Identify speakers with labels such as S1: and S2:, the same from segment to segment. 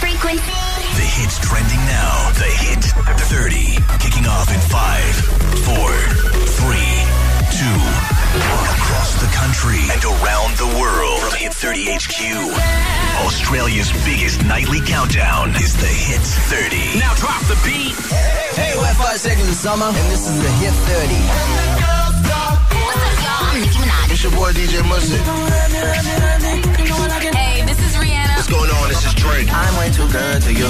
S1: The hits trending now. The hit 30. Kicking off in 5, 4, 3, 2, 1. Across the country and around the world. From Hit 30 HQ. Australia's biggest nightly countdown is the Hit 30.
S2: Now drop the beat.
S3: Hey, we're five seconds of summer, and this is the Hit 30.
S4: What's up, y'all? I'm Nicki Minaj.
S5: It's your boy DJ Mustard.
S4: Hey, this is Rihanna.
S5: What's going on? This is Drake.
S3: I'm way too good to you.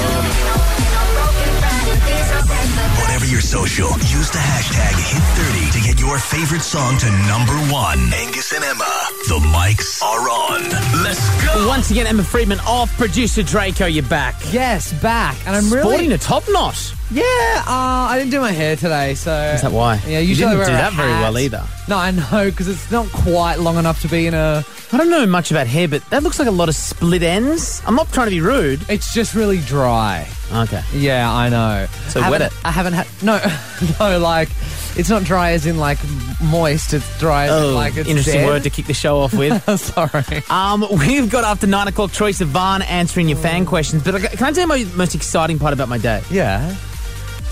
S1: Whatever your social, use the hashtag hit30 to get your favorite song to number one. Angus and Emma, the mics are on. Let's go.
S6: Once again, Emma Friedman of producer Draco, you're back.
S7: Yes, back. And I'm really.
S6: Sporting a top knot.
S7: Yeah, uh, I didn't do my hair today, so. Is
S6: that why?
S7: Yeah,
S6: You didn't
S7: usually I wear
S6: do
S7: a
S6: that very
S7: hat.
S6: well either.
S7: No, I know, because it's not quite long enough to be in a.
S6: I don't know much about hair, but that looks like a lot of split ends. I'm not trying to be rude.
S7: It's just really dry.
S6: Okay.
S7: Yeah, I know.
S6: So
S7: I
S6: wet
S7: haven't-
S6: it.
S7: I haven't had. No, no, like, it's not dry as in, like, moist. It's dry as
S6: Oh,
S7: in, like, it's
S6: interesting
S7: dead.
S6: word to kick the show off with.
S7: Sorry.
S6: Um, we've got after nine o'clock Troy Sivan answering your fan questions. But I- can I tell you my most exciting part about my day?
S7: Yeah.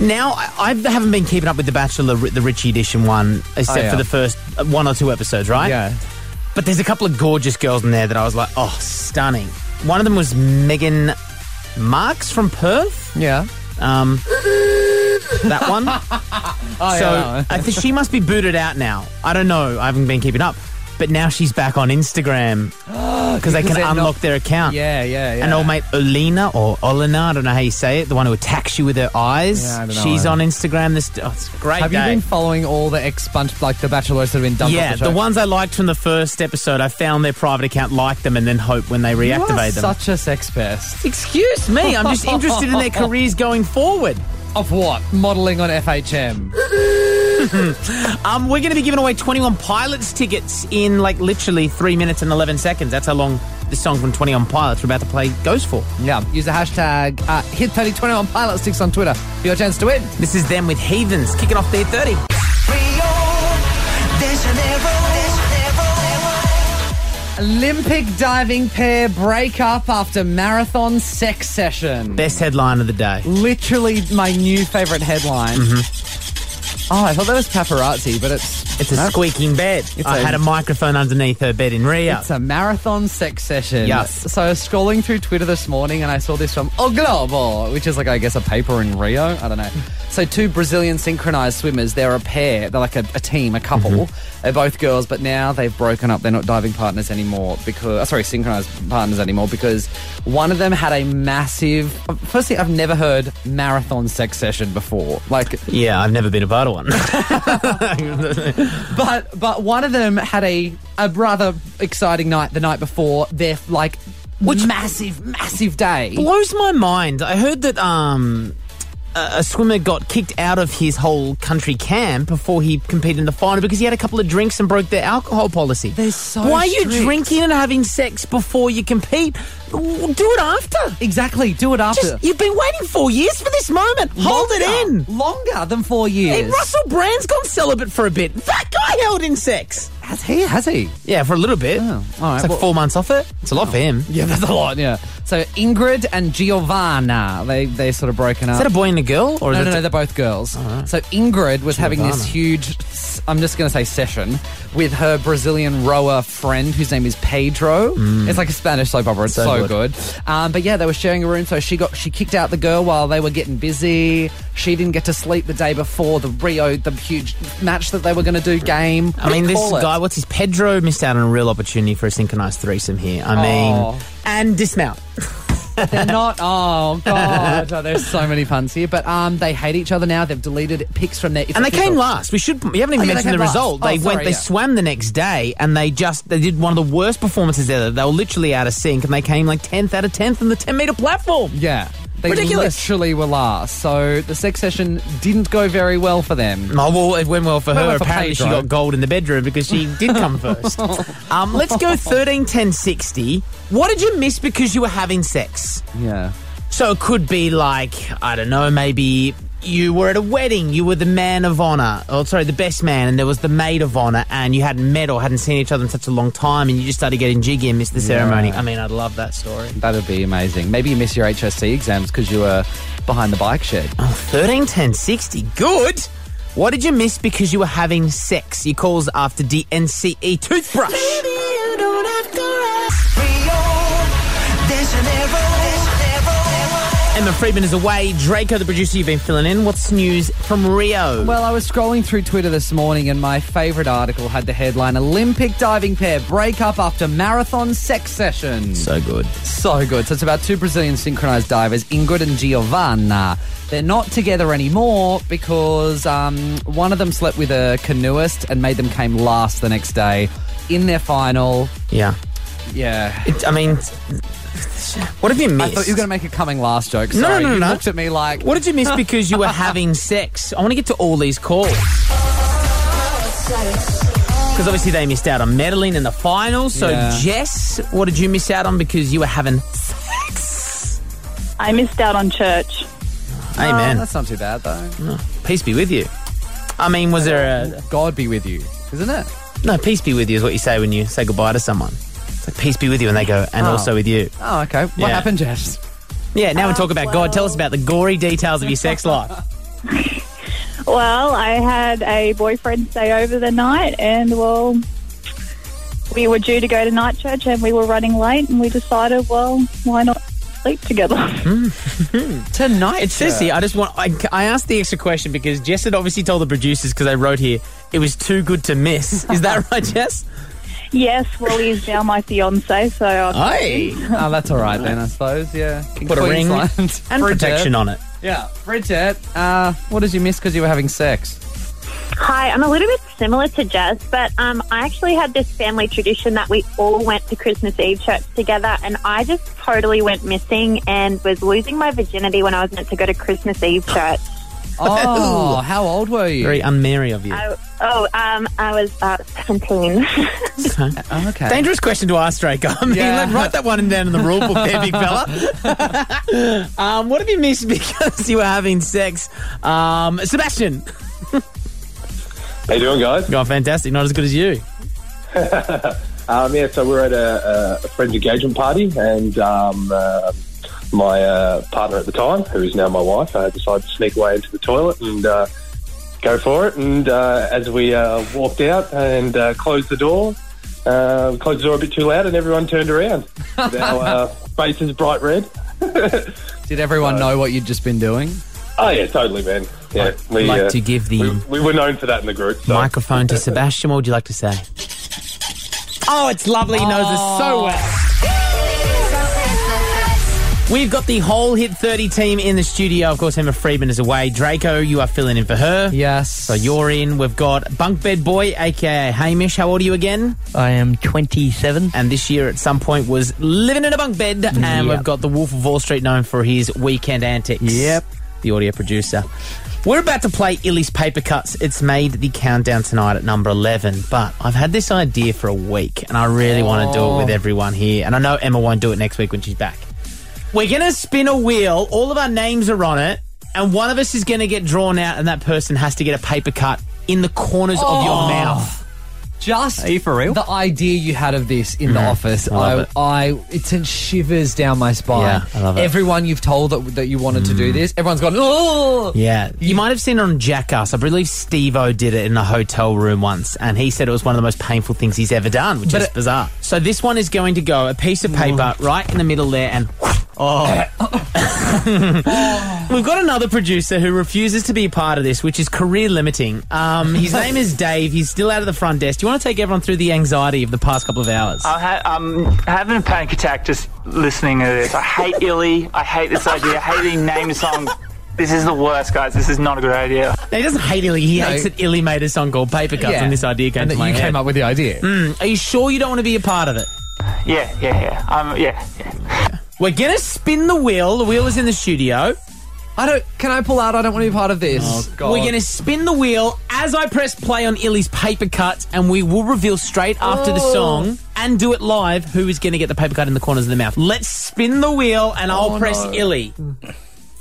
S6: Now I, I haven't been keeping up with the Bachelor, the Richie edition one, except
S7: Oh, yeah.
S6: for the first uh, one or two episodes, right?
S7: Yeah.
S6: But there's a couple of gorgeous girls in there that I was like, oh, stunning. One of them was Megan Marks from Perth.
S7: Yeah.
S6: Um, that one. so
S7: Oh, yeah.
S6: I think she must be booted out now. I don't know. I haven't been keeping up. But now she's back on Instagram because they can
S7: they're not-
S6: unlock their account.
S7: Yeah, yeah, yeah.
S6: And old mate Olina or Olina, I don't know how you say it, the one who attacks you with her eyes.
S7: Yeah, I don't know.
S6: She's on Instagram. This oh, it's a great
S7: Have you
S6: day.
S7: been following all the ex bunch like the bachelors that have been dumped?
S6: yeah,
S7: off the,
S6: the
S7: show?
S6: ones I liked from the first episode, I found their private account, liked them, and then hope when they
S7: You are
S6: reactivate them.
S7: Such a sex pest.
S6: Excuse me, I'm just interested in their careers going forward.
S7: Of what? Modeling on FHM.
S6: Um, we're going to be giving away 21 Pilots tickets in like literally three minutes and 11 seconds. That's how long the song from 21 Pilots we're about to play goes for.
S7: yeah. Use the hashtag uh, hit thirty twenty on pilot sticks on Twitter for your chance to win.
S6: This is them with Heathens kicking off their 30.
S7: Olympic diving pair break up after marathon sex session.
S6: Best headline of the day.
S7: Literally my new favorite headline. Oh, I thought that was paparazzi, but it's
S6: It's a
S7: Mar-
S6: squeaking bed. I
S7: a-
S6: had a microphone underneath her bed in Rio.
S7: It's a marathon sex session.
S6: Yes.
S7: So I was scrolling through Twitter this morning and I saw this from O Globo, which is like, I guess, a paper in Rio. I don't know. So two Brazilian synchronized swimmers, they're a pair, they're like a, a team, a couple. They're both girls, but now they've broken up. They're not diving partners anymore because, oh, sorry, synchronized partners anymore because one of them had a massive, firstly, I've never heard marathon sex session before. Like,
S6: yeah, I've never been a part of one.
S7: but but one of them had a a rather exciting night the night before. Their like which massive massive day.
S6: blows my mind. I heard that um, a, a swimmer got kicked out of his whole country camp before he competed in the final because he had a couple of drinks and broke their alcohol policy.
S7: They're so
S6: Why are you
S7: strict.
S6: drinking and having sex before you compete? W- Do it after.
S7: Exactly. Do it after.
S6: Just, you've been waiting four years for this moment. Hold it
S7: Longer-
S6: in.
S7: longer than four
S6: Hey,
S7: years.
S6: Russell Brand's gone celibate for a bit. That guy held in sex. Oh,
S7: has he? Has he?
S6: Yeah, for a little bit.
S7: all right,
S6: It's like
S7: well-
S6: four months off it. It's a lot for him.
S7: Yeah, that's a lot. Yeah. So Ingrid and Giovanna, they they sort of broken
S6: Is
S7: up.
S6: that a boy and a girl, or is it Uh-huh.
S7: no, no, no, they're both girls. So Ingrid was having this
S6: Giovanna.
S7: huge, I'm just going to say session, with her Brazilian rower friend whose name is Pedro. It's like a Spanish soap opera. It's
S6: Mm.
S7: so,
S6: So
S7: good. Um, but yeah, they were sharing a room, so she got she kicked out the girl while they were getting busy. She didn't get to sleep the day before the Rio, the huge match that they were going to do game.
S6: I mean, this
S7: Call it.
S6: guy, what's his Pedro, missed out on a real opportunity for a synchronized threesome here. I mean,
S7: Oh.
S6: and dismount.
S7: They're not. Oh god, oh, there's so many puns here. But um, they hate each other now. They've deleted pics from their. it's
S6: And they came
S7: official.
S6: last. We should. We haven't even
S7: Oh, yeah, they
S6: mentioned the
S7: came last.
S6: result.
S7: Oh,
S6: they
S7: sorry,
S6: went. They
S7: yeah.
S6: swam the next day, and they just they did one of the worst performances ever. They were literally out of sync, and they came like tenth out of tenth on the ten meter platform.
S7: Yeah. They
S6: Ridiculous.
S7: literally were last. So the sex session didn't go very well for them.
S6: Oh, well, it went well for
S7: Went
S6: her.
S7: well for
S6: Apparently, she
S7: Pedro.
S6: got gold in the bedroom because she did come first. Um, let's go 13, 10, 60. What did you miss because you were having sex?
S7: Yeah.
S6: So it could be like, I don't know, maybe you were at a wedding, you were the man of honor, or sorry, the best man, and there was the maid of honor, and you hadn't met or hadn't seen each other in such a long time, and you just started getting jiggy and missed the ceremony. I mean, I'd love that story.
S7: That'd be amazing. Maybe you miss your HSC exams because you were behind the bike shed.
S6: 13, 10, 60. Good. What did you miss because you were having sex? He calls after DNCE E toothbrush. Emma Friedman is away. Draco, the producer, you've been filling in. What's news from Rio?
S7: Well, I was scrolling through Twitter this morning and my favourite article had the headline Olympic diving pair break up after marathon sex session.
S6: so good.
S7: So good. So it's about two Brazilian synchronized divers, Ingrid and Giovanna. They're not together anymore because um, one of them slept with a canoeist and made them came last the next day in their final.
S6: Yeah.
S7: Yeah.
S6: It, I mean, what have you
S7: I
S6: missed?
S7: thought you were going to make a coming last joke.
S6: no,
S7: Sorry.
S6: no,
S7: you
S6: no.
S7: looked at me like.
S6: What did you miss because you were having sex? I want to get to all these calls. Because obviously they missed out on meddling in the finals. So,
S7: Yeah.
S6: Jess, what did you miss out on because you were having
S2: I missed out on church.
S7: Oh,
S6: Amen.
S7: that's not too bad, though.
S6: Peace be with you. I mean, was there a.
S7: God be with you, isn't it?
S6: No, peace be with you is what you say when you say goodbye to someone. It's like, peace be with you, and they go, and
S7: Oh.
S6: also with you.
S7: Oh, okay. What
S6: Yeah.
S7: happened, Jess?
S6: Yeah, now we talk about God. Tell us about the gory details of your sex life.
S2: Well, I had a boyfriend stay over the night, and well, we were due to go to night church, and we were running late, and we decided, well, why not sleep together?
S6: Tonight, it's Sissy. I just want. I, I asked the extra question because Jess had obviously told the producers because they wrote here it was too good to miss. Is that right, Jess?
S2: yes, well, he's now my fiance, so
S6: Ah.
S2: I
S6: Aye.
S7: Oh, that's all right then, I suppose. Yeah. In
S6: Put a ring
S7: Queensland.
S6: and
S7: Bridget.
S6: protection on it.
S7: Yeah, Bridget. Uh, what did you miss because you were having sex?
S8: Hi, I'm a little bit similar to Jazz, but um, I actually had this family tradition that we all went to Christmas Eve church together, and I just totally went missing and was losing my virginity when I was meant to go to Christmas Eve church.
S7: Oh, how old were you?
S6: Very unmarry of you.
S8: I, oh, um, I was uh, 17.
S7: Oh, okay.
S6: Dangerous question to ask, Draco. I mean,
S7: Yeah.
S6: like, write that one down in the rule book there, big fella. um, what have you missed because you were having sex? Um, Sebastian.
S9: How you doing, guys?
S6: You're fantastic. Not as good as you.
S9: Um, yeah, so we're at a, a friend's engagement party, and um, uh, my uh, partner at the time, who is now my wife, uh, decided to sneak away into the toilet and uh, go for it. And uh, as we uh, walked out and uh, closed the door, uh, closed the door a bit too loud, and everyone turned around. With Our uh, faces bright red.
S7: Did everyone know what you'd just been doing?
S9: Oh yeah, totally, man. Yeah, we,
S6: like
S9: uh,
S6: to give the
S9: we, we were known for that in the group. So.
S6: microphone to Sebastian. What would you like to say? Oh, it's lovely. He knows us so well. We've got the whole Hit 30 team in the studio. Of course, Emma Freeman is away. Draco, you are filling in for her.
S7: Yes.
S6: So you're in. We've got Bunk Bed Boy, aka Hamish. How old are you again?
S10: I am 27.
S6: And this year, at some point, was living in a bunk bed. And
S10: Yep.
S6: we've got the Wolf of Wall Street, known for his weekend antics.
S10: Yep.
S6: The audio producer. We're about to play Illy's Paper Cuts. It's made the countdown tonight at number 11, but I've had this idea for a week and I really want to do it with
S10: Oh.
S6: everyone here. And I know Emma won't do it next week when she's back. We're going to spin a wheel, all of our names are on it, and one of us is going to get drawn out, and that person has to get a paper cut in the corners of your mouth.
S7: Just
S10: Are you for real?
S7: the idea you had of this in the office, I,
S6: love
S7: I,
S6: it.
S7: it sent shivers down my spine.
S6: Yeah, I love it.
S7: Everyone you've told that, that you wanted to do this, everyone's gone. Oh,
S6: Yeah. You might have seen it on Jackass. I believe Steve O did it in a hotel room once, and he said it was one of the most painful things he's ever done, which
S7: But
S6: is
S7: it-
S6: bizarre. So this one is going to go a piece of paper right in the middle there and. Oh. We've got another producer who refuses to be a part of this, which is career limiting. Um, his name is Dave. He's still out of the front desk. Do you want to take everyone through the anxiety of the past couple of hours?
S11: I'm, ha- I'm having a panic attack just listening to this. I hate Illy. I hate this idea. I hate the name song. This is the worst, guys. This is not a good idea.
S6: Now, he doesn't hate Illy. He
S7: No.
S6: hates that Illy made a song called Paper Cuts,
S7: Yeah.
S6: and this idea came
S7: and
S6: to
S7: that
S6: my
S7: you
S6: head.
S7: came up with the idea.
S6: Are you sure you don't want to be a part of it?
S11: Yeah, yeah, yeah. Um, yeah, yeah.
S6: We're gonna spin the wheel. The wheel is in the studio.
S7: I don't. Can I pull out? I don't want to be part of this. Oh God.
S6: We're gonna spin the wheel as I press play on Illy's paper cuts, and we will reveal straight after
S7: Oh.
S6: the song and do it live who is gonna get the paper cut in the corners of the mouth. Let's spin the wheel, and I'll press Illy.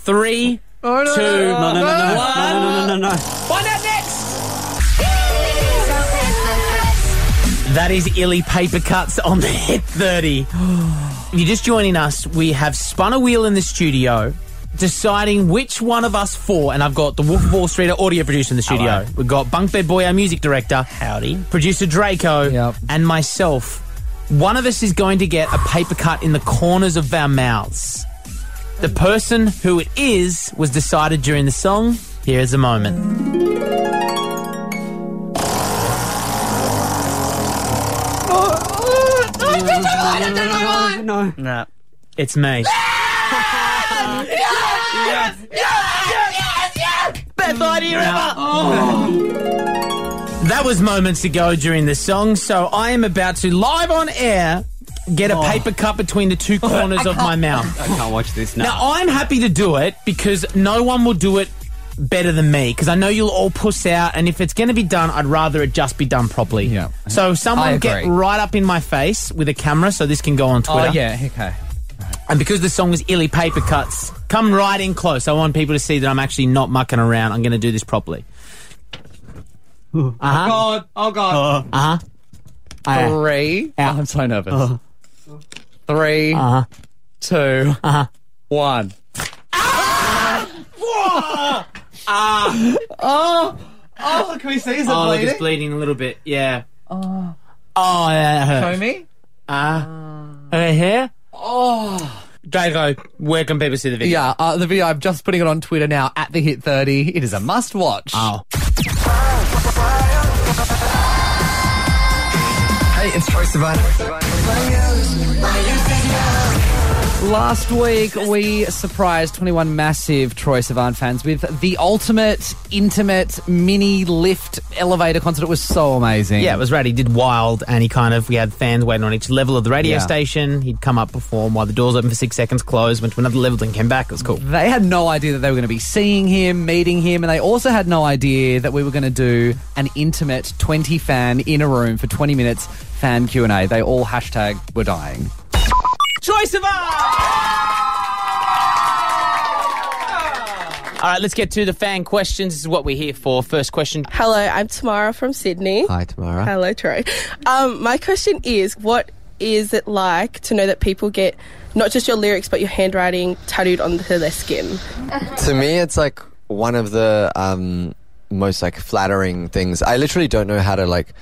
S6: Three,
S7: Oh, no,
S6: two. No, no, no, no, no, no, no, no, no.
S4: Find out next.
S6: That is Illy Paper Cuts on the Hit 30. if you're just joining us, we have spun a wheel in the studio deciding which one of us four, and I've got the Wolf of Wall Street, our audio producer in the studio.
S12: Hello.
S6: We've got Bunk Bed Boy, our music director. Howdy. Producer Draco. And myself. One of us is going to get a paper cut in the corners of our mouths. The person who it is was decided during the song. Here is a moment.
S4: I
S6: don't know why. No. It's me.
S4: Yes, yes, yes, yes. Best idea ever.
S12: Oh.
S6: That was moments ago during the song, so I am about to live on air get a paper cut between the two corners of my mouth.
S12: I Oh. can't watch this now.
S6: Now I'm happy to do it because no one will do it better than me because I know you'll all puss out and if it's going to be done I'd rather it just be done properly. Yeah. So
S7: I
S6: someone get
S7: agree.
S6: right up in my face with a camera so this can go on Twitter.
S7: Oh, yeah, okay.
S6: And because the song is illy paper cuts, come right in close. I want people to see that I'm actually not mucking around. I'm going to do this properly. Uh-huh.
S7: God. Oh, God.
S6: Uh-huh. Uh,
S7: Three. Eh. I'm so nervous.
S6: Uh.
S7: Three,
S6: Uh-huh.
S7: two,
S6: Uh-huh.
S7: one.
S6: Ah.
S7: Oh, oh, can we see? Is it
S6: oh, look,
S7: bleeding?
S6: it's bleeding a little bit. Yeah.
S7: Oh.
S6: Oh, yeah, that
S7: Show
S6: hurts.
S7: me.
S6: Ah. over here.
S7: Oh.
S6: Drago, where can people see the video?
S7: Yeah, uh, the video, I'm just putting it on Twitter now, at the Hit 30. It is a must watch.
S6: Oh.
S3: Hey, it's Troy Sivan.
S7: Last week, we surprised 21 massive Troy Sivan fans with the ultimate, intimate, mini lift elevator concert. It was so amazing.
S6: Yeah, it was right. He did wild, and he kind of we had fans waiting on each level of the radio
S7: Yeah.
S6: station. He'd come up, perform while the doors open for six seconds, closed, went to another level, then came back. It was cool.
S7: They had no idea that they were going to be seeing him, meeting him, and they also had no idea that we were going to do an intimate 20 fan in a room for 20 minutes fan Q&A. They all hashtag were dying.
S6: Troy Sivan. All right, let's get to the fan questions. This is what we're here for. First question.
S13: Hello, I'm Tamara from Sydney.
S3: Hi, Tamara.
S13: Hello, Troy. Um, my question is what is it like to know that people get not just your lyrics but your handwriting tattooed onto their skin?
S3: To me, it's like one of the um, most like flattering things. I literally don't know how to like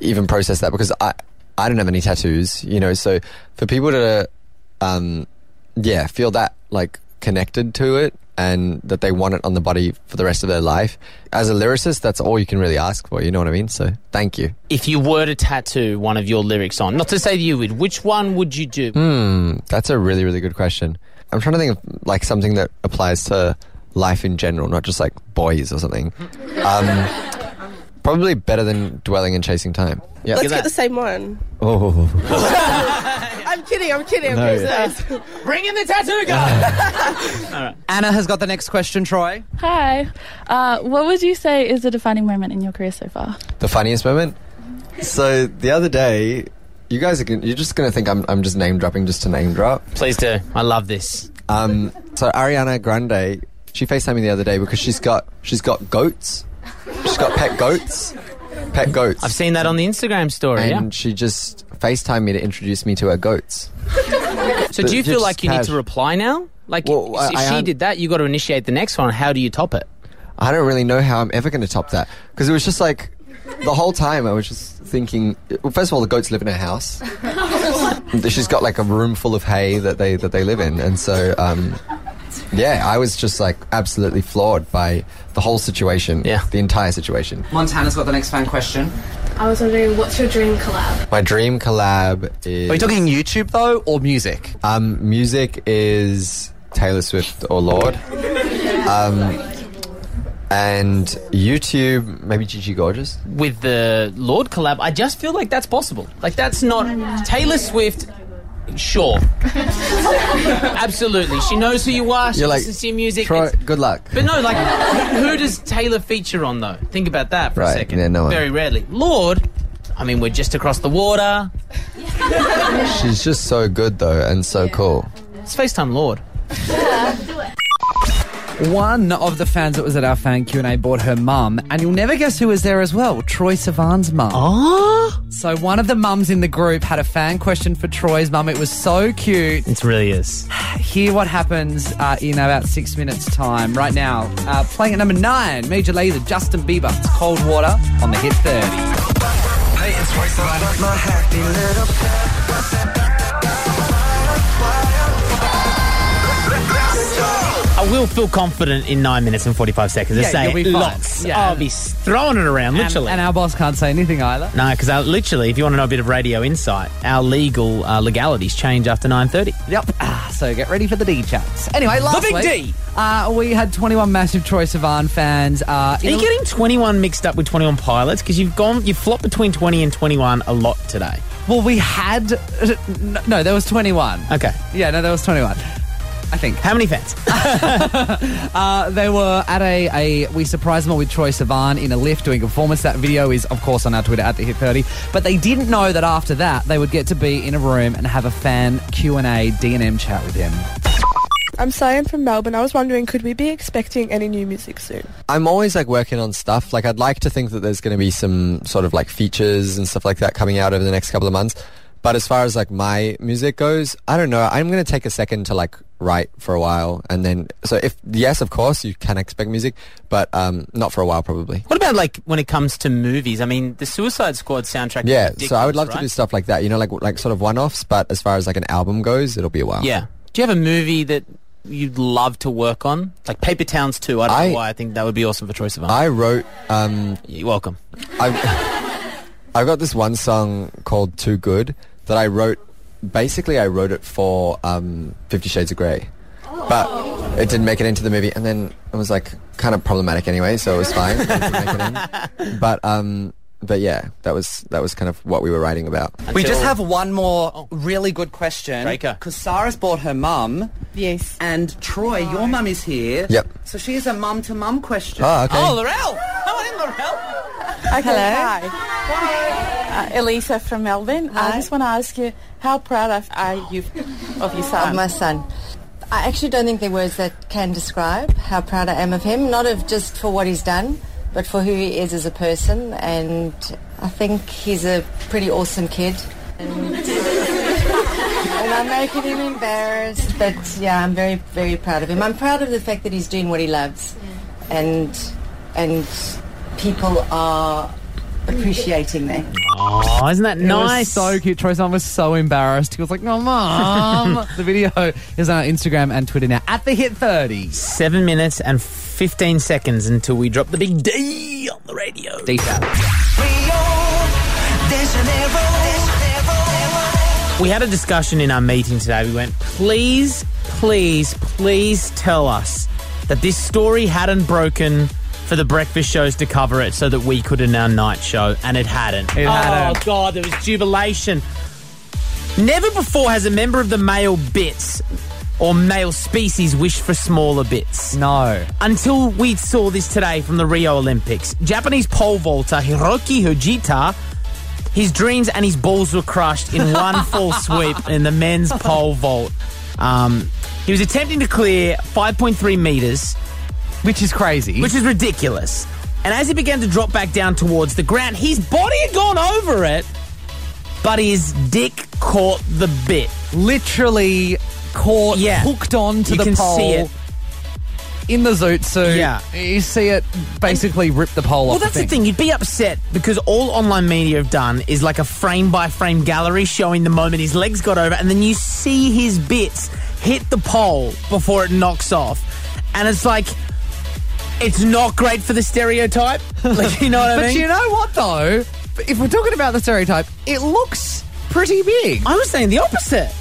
S3: even process that because I I don't have any tattoos, you know. So for people to um, yeah feel that like connected to it and that they want it on the body for the rest of their life as a lyricist, that's all you can really ask for. You know what I mean? So thank you.
S6: If you were to tattoo one of your lyrics on, not to say that you would, which one would you do?
S3: Hmm, that's a really, really good question. I'm trying to think of like something that applies to life in general, not just like boys or something. Um, probably better than dwelling and chasing time. Yeah.
S13: Let's get the same one.
S3: oh,
S13: I'm kidding, I'm kidding. I'm
S3: No,
S13: kidding.
S3: yeah.
S13: Sorry.
S6: Bring in the tattoo guy.
S7: Anna has got the next question, Troy.
S14: Hi. Uh, what would you say is the defining moment in your career so far?
S3: the funniest moment. So the other day, you guys are gonna, you're just gonna think I'm I'm just name dropping just to name drop.
S6: Please do. I love this.
S3: Um, so Ariana Grande, she FaceTimed me the other day because she's got she's got goats. She's got pet goats. Pet goats.
S6: I've seen that on the Instagram story.
S3: and
S6: yeah?
S3: she just FaceTimed me to introduce me to her goats.
S6: So do you
S3: But
S6: feel
S3: just
S6: like you need to
S3: casual.
S6: reply now? Like
S3: Well,
S6: if
S3: I- I
S6: she
S3: am-
S6: did that, you got to initiate the next one. How do you top it?
S3: I don't really know how I'm ever going to top that because it was just like the whole time I was just thinking. Well, first of all, the goats live in a house. She's got like a room full of hay that they that they live in, and so um, yeah, I was just like absolutely floored by the whole situation.
S6: Yeah.
S3: Mm, the entire situation.
S7: Montana's got the next fan question.
S15: I was wondering, what's your dream collab?
S3: My dream collab is
S7: Are you talking YouTube though, or music?
S6: Uh,
S3: um, music is Taylor Swift or Lord. Um, and YouTube, maybe Gigi Gorgeous.
S6: With the Lord collab, I just feel like that's possible. Like that's not Taylor Swift. Sure, absolutely. She knows who you are. She
S3: You're like,
S6: listens to your music.
S3: Troy,
S6: It's-
S3: good luck.
S6: But no, like, who does Taylor feature on though? Think about that for a
S3: Right,
S6: second.
S3: yeah, no one.
S6: Very rarely. Lord, I mean, we're just across the water.
S3: She's just so good though, and so cool.
S6: It's FaceTime Lord.
S7: One of the fans that was at our fan Q&A bought her mum, and you'll never guess who was there as well. Troy Savan's mum. Oh. So one of the mums in the group had a fan question for Troy's mum. It was so cute.
S6: It really is.
S7: Hear what happens uh, in about six minutes' time. Right now, uh, playing at number nine, Major Lazer, Justin Bieber. It's Cold Water on the Hit 30.
S4: Hey, it's Royce the Rider. My happy little pet. Let's go.
S6: I will feel confident in nine minutes and 45 seconds. Just
S7: Yeah,
S6: say
S7: you'll
S6: it
S7: be fine.
S6: lots.
S7: Yeah.
S6: I'll be s- throwing it around,
S7: And-
S6: literally.
S7: and our boss can't say anything either.
S6: No, because literally, if you want to know a bit of radio insight, our legal uh, legalities change after 9.30.
S7: Yep. Ah, so get ready for the D chats. Anyway, last
S6: The big
S7: week,
S6: D.
S7: Uh, we had 21 massive Troy Sivan fans. Uh,
S6: Are you getting 21 mixed up with 21 pilots? Because you've gone, you flopped between 20 and 21 a lot today.
S7: Well, we had. uh, No, no, there was 21.
S6: Okay.
S7: Yeah, no, there was 21. I think.
S6: How many fans?
S7: uh, they were at a, a we surprised them all with Troy Sivan in a lift doing a performance. That video is of course on our Twitter at the Hit Thirty. But they didn't know that after that they would get to be in a room and have a fan Q and A D and M chat with him.
S12: I'm Sian from Melbourne. I was wondering, could we be expecting any new music soon?
S3: I'm always like working on stuff. Like I'd like to think that there's going to be some sort of like features and stuff like that coming out over the next couple of months. But as far as like my music goes, I don't know. I'm going to take a second to like write for a while and then so if yes, of course you can expect music, but um not for a while probably.
S16: What about like when it comes to movies? I mean, the Suicide Squad soundtrack. is
S3: Yeah, so I
S16: ridiculous,
S3: would love to
S16: right?
S3: do stuff like that. You know like like sort of one-offs, but as far as like an album goes, it'll be a while.
S16: Yeah. Do you have a movie that you'd love to work on? Like Paper Towns 2. I don't
S3: I-
S16: know why. I think that would be awesome for Troy Sivan.
S3: I wrote. Um,
S16: You're welcome.
S3: I I got this one song called "Too Good" that I wrote. Basically, I wrote it for um, Fifty Shades of Grey, but it didn't make it into the movie. And then it was like kind of problematic anyway, so it was fine. It didn't make it in. But um, but yeah, that was that was kind of what we were writing about.
S7: We just have one more really good question. Because Cyrus bought her mum.
S12: Yes.
S7: And Troy, your mum is here.
S3: Yep.
S7: So she has a mum to mum question.
S6: Ah,
S3: Oh, okay. Oh,
S7: Laurel!
S17: Okay,
S7: Hello.
S17: Hi. Uh, Elisa from Melbourne. I just want to ask you, how proud of, are you of your son?
S18: Of my son. I actually don't think there are words that can describe how proud I am of him, not of just for what he's done, but for who he is as a person. And I think he's a pretty awesome kid. And I'm making him embarrassed, but yeah, I'm very, very proud of him. I'm proud of the fact that he's doing what he loves, and and people are appreciating that.
S7: Oh,
S6: isn't that nice?
S7: so cute. Troy Sivan was so embarrassed. He was like, "Oh, mum." the video is on our Instagram and Twitter now at the hit thirty.
S6: Seven minutes and 15 seconds until we drop the big D on the radio. D
S4: There's an arrow. There's an
S6: We had a discussion in our meeting today. We went, please, please, please tell us that this story hadn't broken for the breakfast shows to cover it so that we could in our night show, and it hadn't.
S16: It
S6: oh,
S16: hadn't.
S6: God, there was jubilation. Never before has a member of the male bits or male species wished for smaller bits.
S7: No.
S6: Until we saw this today from the Rio Olympics. Japanese pole vaulter Hiroki Hojita, his dreams and his balls were crushed in one full sweep in the men's pole vault. Um, he was attempting to clear 5.3 metres.
S7: Which is crazy.
S6: Which is ridiculous. And as he began to drop back down towards the ground, his body had gone over it, but his dick caught the bit.
S7: Literally caught, hooked onto
S6: You
S7: the
S6: can
S7: pole.
S6: see it.
S7: In the zoot suit.
S6: Yeah.
S7: You see it basically rip the pole
S6: Well,
S7: off.
S6: that's the
S7: the thing.
S6: thing. You'd be upset because all online media have done is like a frame by frame gallery showing the moment his legs got over, and then you see his bits hit the pole before it knocks off. And it's like, it's not great for the stereotype. Like, you know what I
S7: but
S6: mean?
S7: you know what though? If we're talking about the stereotype, it looks pretty big.
S6: I was saying the opposite.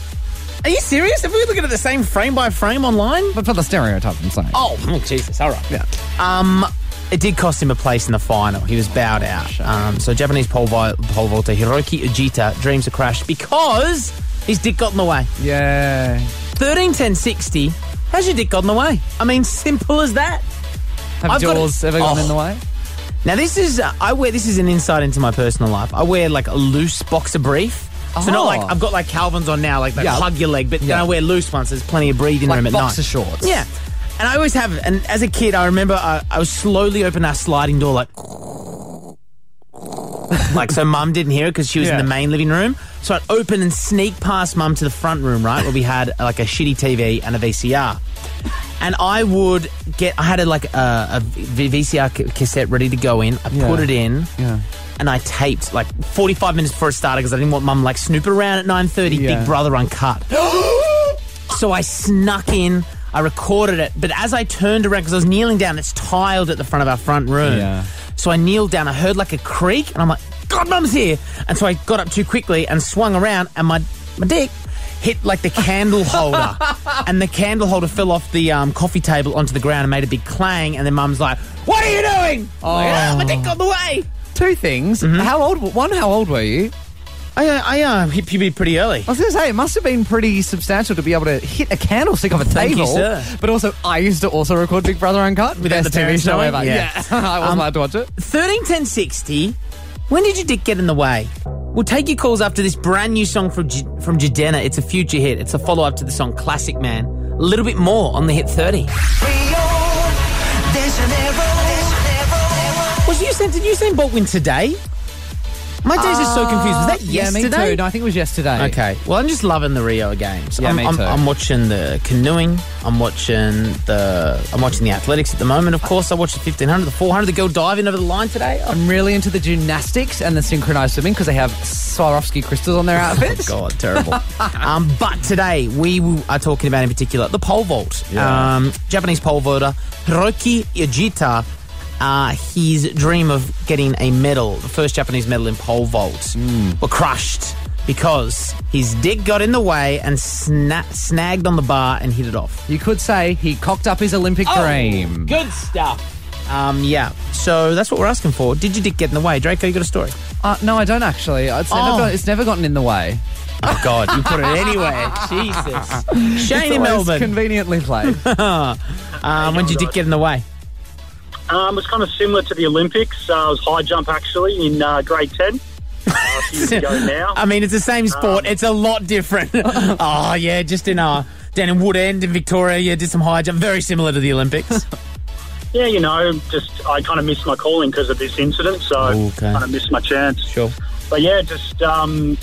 S6: Are you serious? If we were looking at the same frame by frame online?
S7: But for the stereotype, I'm saying.
S6: Oh, oh, Jesus. All right. Yeah. Um, it did cost him a place in the final. He was bowed out. Um, so Japanese pole, vi- pole vaulter Hiroki Ujita dreams are crashed because his dick got in the way.
S7: Yeah.
S6: 13 10 60. How's your dick got in the way? I mean, simple as that.
S7: Have
S6: got a-
S7: yours ever gone
S6: Oh.
S7: in the way?
S6: Now this is uh, I wear this is an insight into my personal life. I wear like a loose boxer brief. So
S7: Oh.
S6: not like I've got like Calvin's on now, like they
S7: Yeah.
S6: hug your leg, but then
S7: Yeah.
S6: I wear loose ones. There's plenty of breathing
S7: Like
S6: room at night.
S7: boxer shorts.
S6: Yeah. And I always have, and as a kid, I remember uh, I, I was slowly open our sliding door, like, like so mum didn't hear it because she was in the main living room. So I'd open and sneak past mum to the front room, right, where we had uh, like a shitty TV and a VCR. And I would get, I had a, like a, a V- VCR ca- cassette ready to go in. I
S7: Yeah.
S6: put it in.
S7: Yeah.
S6: And I taped like 45 minutes before it started because I didn't want mum like snoop around at 9.30,
S7: Yeah.
S6: Big Brother uncut. So I snuck in. I recorded it, but as I turned around, because I was kneeling down, it's tiled at the front of our front room.
S7: Yeah.
S6: So I kneeled down. I heard like a creak, and I'm like, "God, mum's here!" And so I got up too quickly and swung around, and my my dick hit like the candle holder, and the candle holder fell off the um, coffee table onto the ground and made a big clang. And then mum's like, "What are you doing?" I'm like, "Ah, my dick got in the way.
S7: Two things.
S6: Mm-hmm.
S7: How old? One, how old were you?
S6: I, uh, I uh, hit puberty pretty early.
S7: I was going to say, it must have been pretty substantial to be able to hit a candlestick off a
S6: Thank you,
S7: table.
S6: sir.
S7: But also, I used to also record Big Brother Uncut.
S6: Without
S7: Best
S6: the
S7: TV
S6: parents
S7: show
S6: knowing?
S7: ever.
S6: Yeah.
S7: Yeah. I wasn't
S6: Um,
S7: allowed to watch it.
S6: 13 10 60 when did your dick get in the way we'll take your calls after this brand new song from J- from Jadena. it's a future hit it's a follow-up to the song classic man a little bit more on the hit 30 was you sent did you send Baldwin today my days are so confused was that
S7: Ah, Yeah, me
S6: yesterday
S7: too. No, I think it was yesterday.
S6: Okay. Well, I'm just loving the Rio games.
S7: Yeah,
S6: I'm,
S7: me
S6: I'm,
S7: too.
S6: I'm watching the canoeing. I'm watching the I'm watching the athletics at the moment. Of course, I watched the 1500, the 400, the girl diving over the line today. Oh,
S7: I'm really into the gymnastics and the synchronized swimming because they have Swarovski crystals on their outfits.
S6: Oh God, terrible. um, but today we w- are talking about in particular the pole vault.
S7: Yeah.
S6: Um, Japanese pole vaulter Hiroki Ijita. Uh, his dream of getting a medal, the first Japanese medal in pole vault, were crushed because his dick got in the way and sna- snagged on the bar and hit it off.
S7: You could say he cocked up his Olympic
S6: Oh,
S7: dream.
S6: Good stuff. Um, yeah. So that's what we're asking for. Did your dick get in the way, Draco? You got a story?
S7: Uh, no, I don't actually. It's never,
S6: Oh.
S7: got, it's never gotten in the way.
S6: Oh God, you put it anywhere. Jesus. Shane in
S7: It's always
S6: Melbourne.
S7: Conveniently played.
S6: um, when did your dick get in the way?
S3: Um, it's kind of similar to the Olympics. Uh, it was high jump actually in uh, grade ten. Uh, a few years ago now.
S6: I mean, it's the same sport. it's a lot different. oh yeah, just in uh, down in Wood End in Victoria, yeah, did some high jump, very similar to the Olympics.
S3: Yeah, you know, just I kind of missed my calling because of this incident, so
S6: Okay.
S3: kind of missed my chance.
S6: Sure.
S3: But yeah, just um,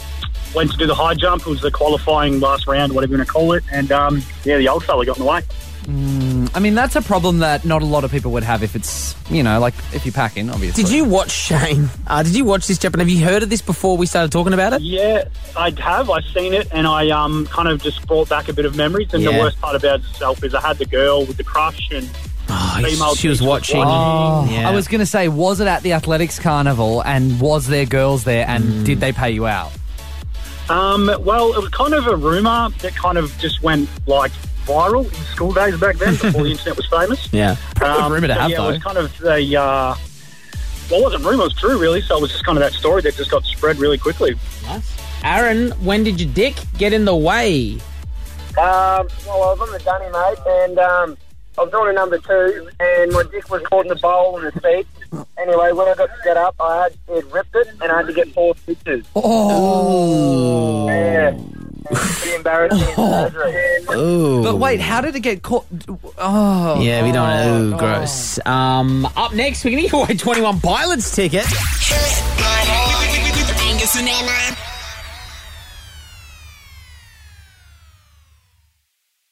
S3: went to do the high jump. It was the qualifying last round, whatever you want to call it, and um, yeah, the old fella got in the way.
S7: Mm, I mean, that's a problem that not a lot of people would have if it's, you know, like if you pack in, obviously.
S6: did you watch Shane? Uh, did you watch this Japan? Have you heard of this before we started talking about it?
S3: Yeah, I have. I've seen it, and I um, kind of just brought back a bit of memories. And
S6: Yeah.
S3: the worst part about itself is I had the girl with the crush, and female
S6: Ah, she was
S3: teacher
S6: watching.
S7: Oh,
S6: Yeah.
S7: I was going to say, was it at the athletics carnival and was there girls there and
S6: Mm.
S7: did they pay you out?
S3: Um, well, it was kind of a rumor that kind of just went like viral in school days back then before the internet was famous.
S6: Yeah.
S3: Um,
S7: rumor to
S3: so,
S7: have,
S3: yeah, it was
S7: though.
S3: kind of a. Uh, well, it wasn't rumor; it was true, really. So it was just kind of that story that just got spread really quickly.
S6: Aaron, when did your dick get in the way?
S19: Um, well, I was on the dunny, mate, and um, I was doing a number two, and my dick was caught in the bowl and the seat. Anyway, when I got to get up, I had it ripped it, and I had to get four stitches.
S7: Oh.
S19: Yeah, pretty embarrassing. surgery.
S6: Ooh.
S7: But wait, how did it get caught? Oh.
S6: Yeah, we don't know. Ooh, gross. Um, up next, we're going to give away 21 Pilots tickets.
S20: Angus and Emma.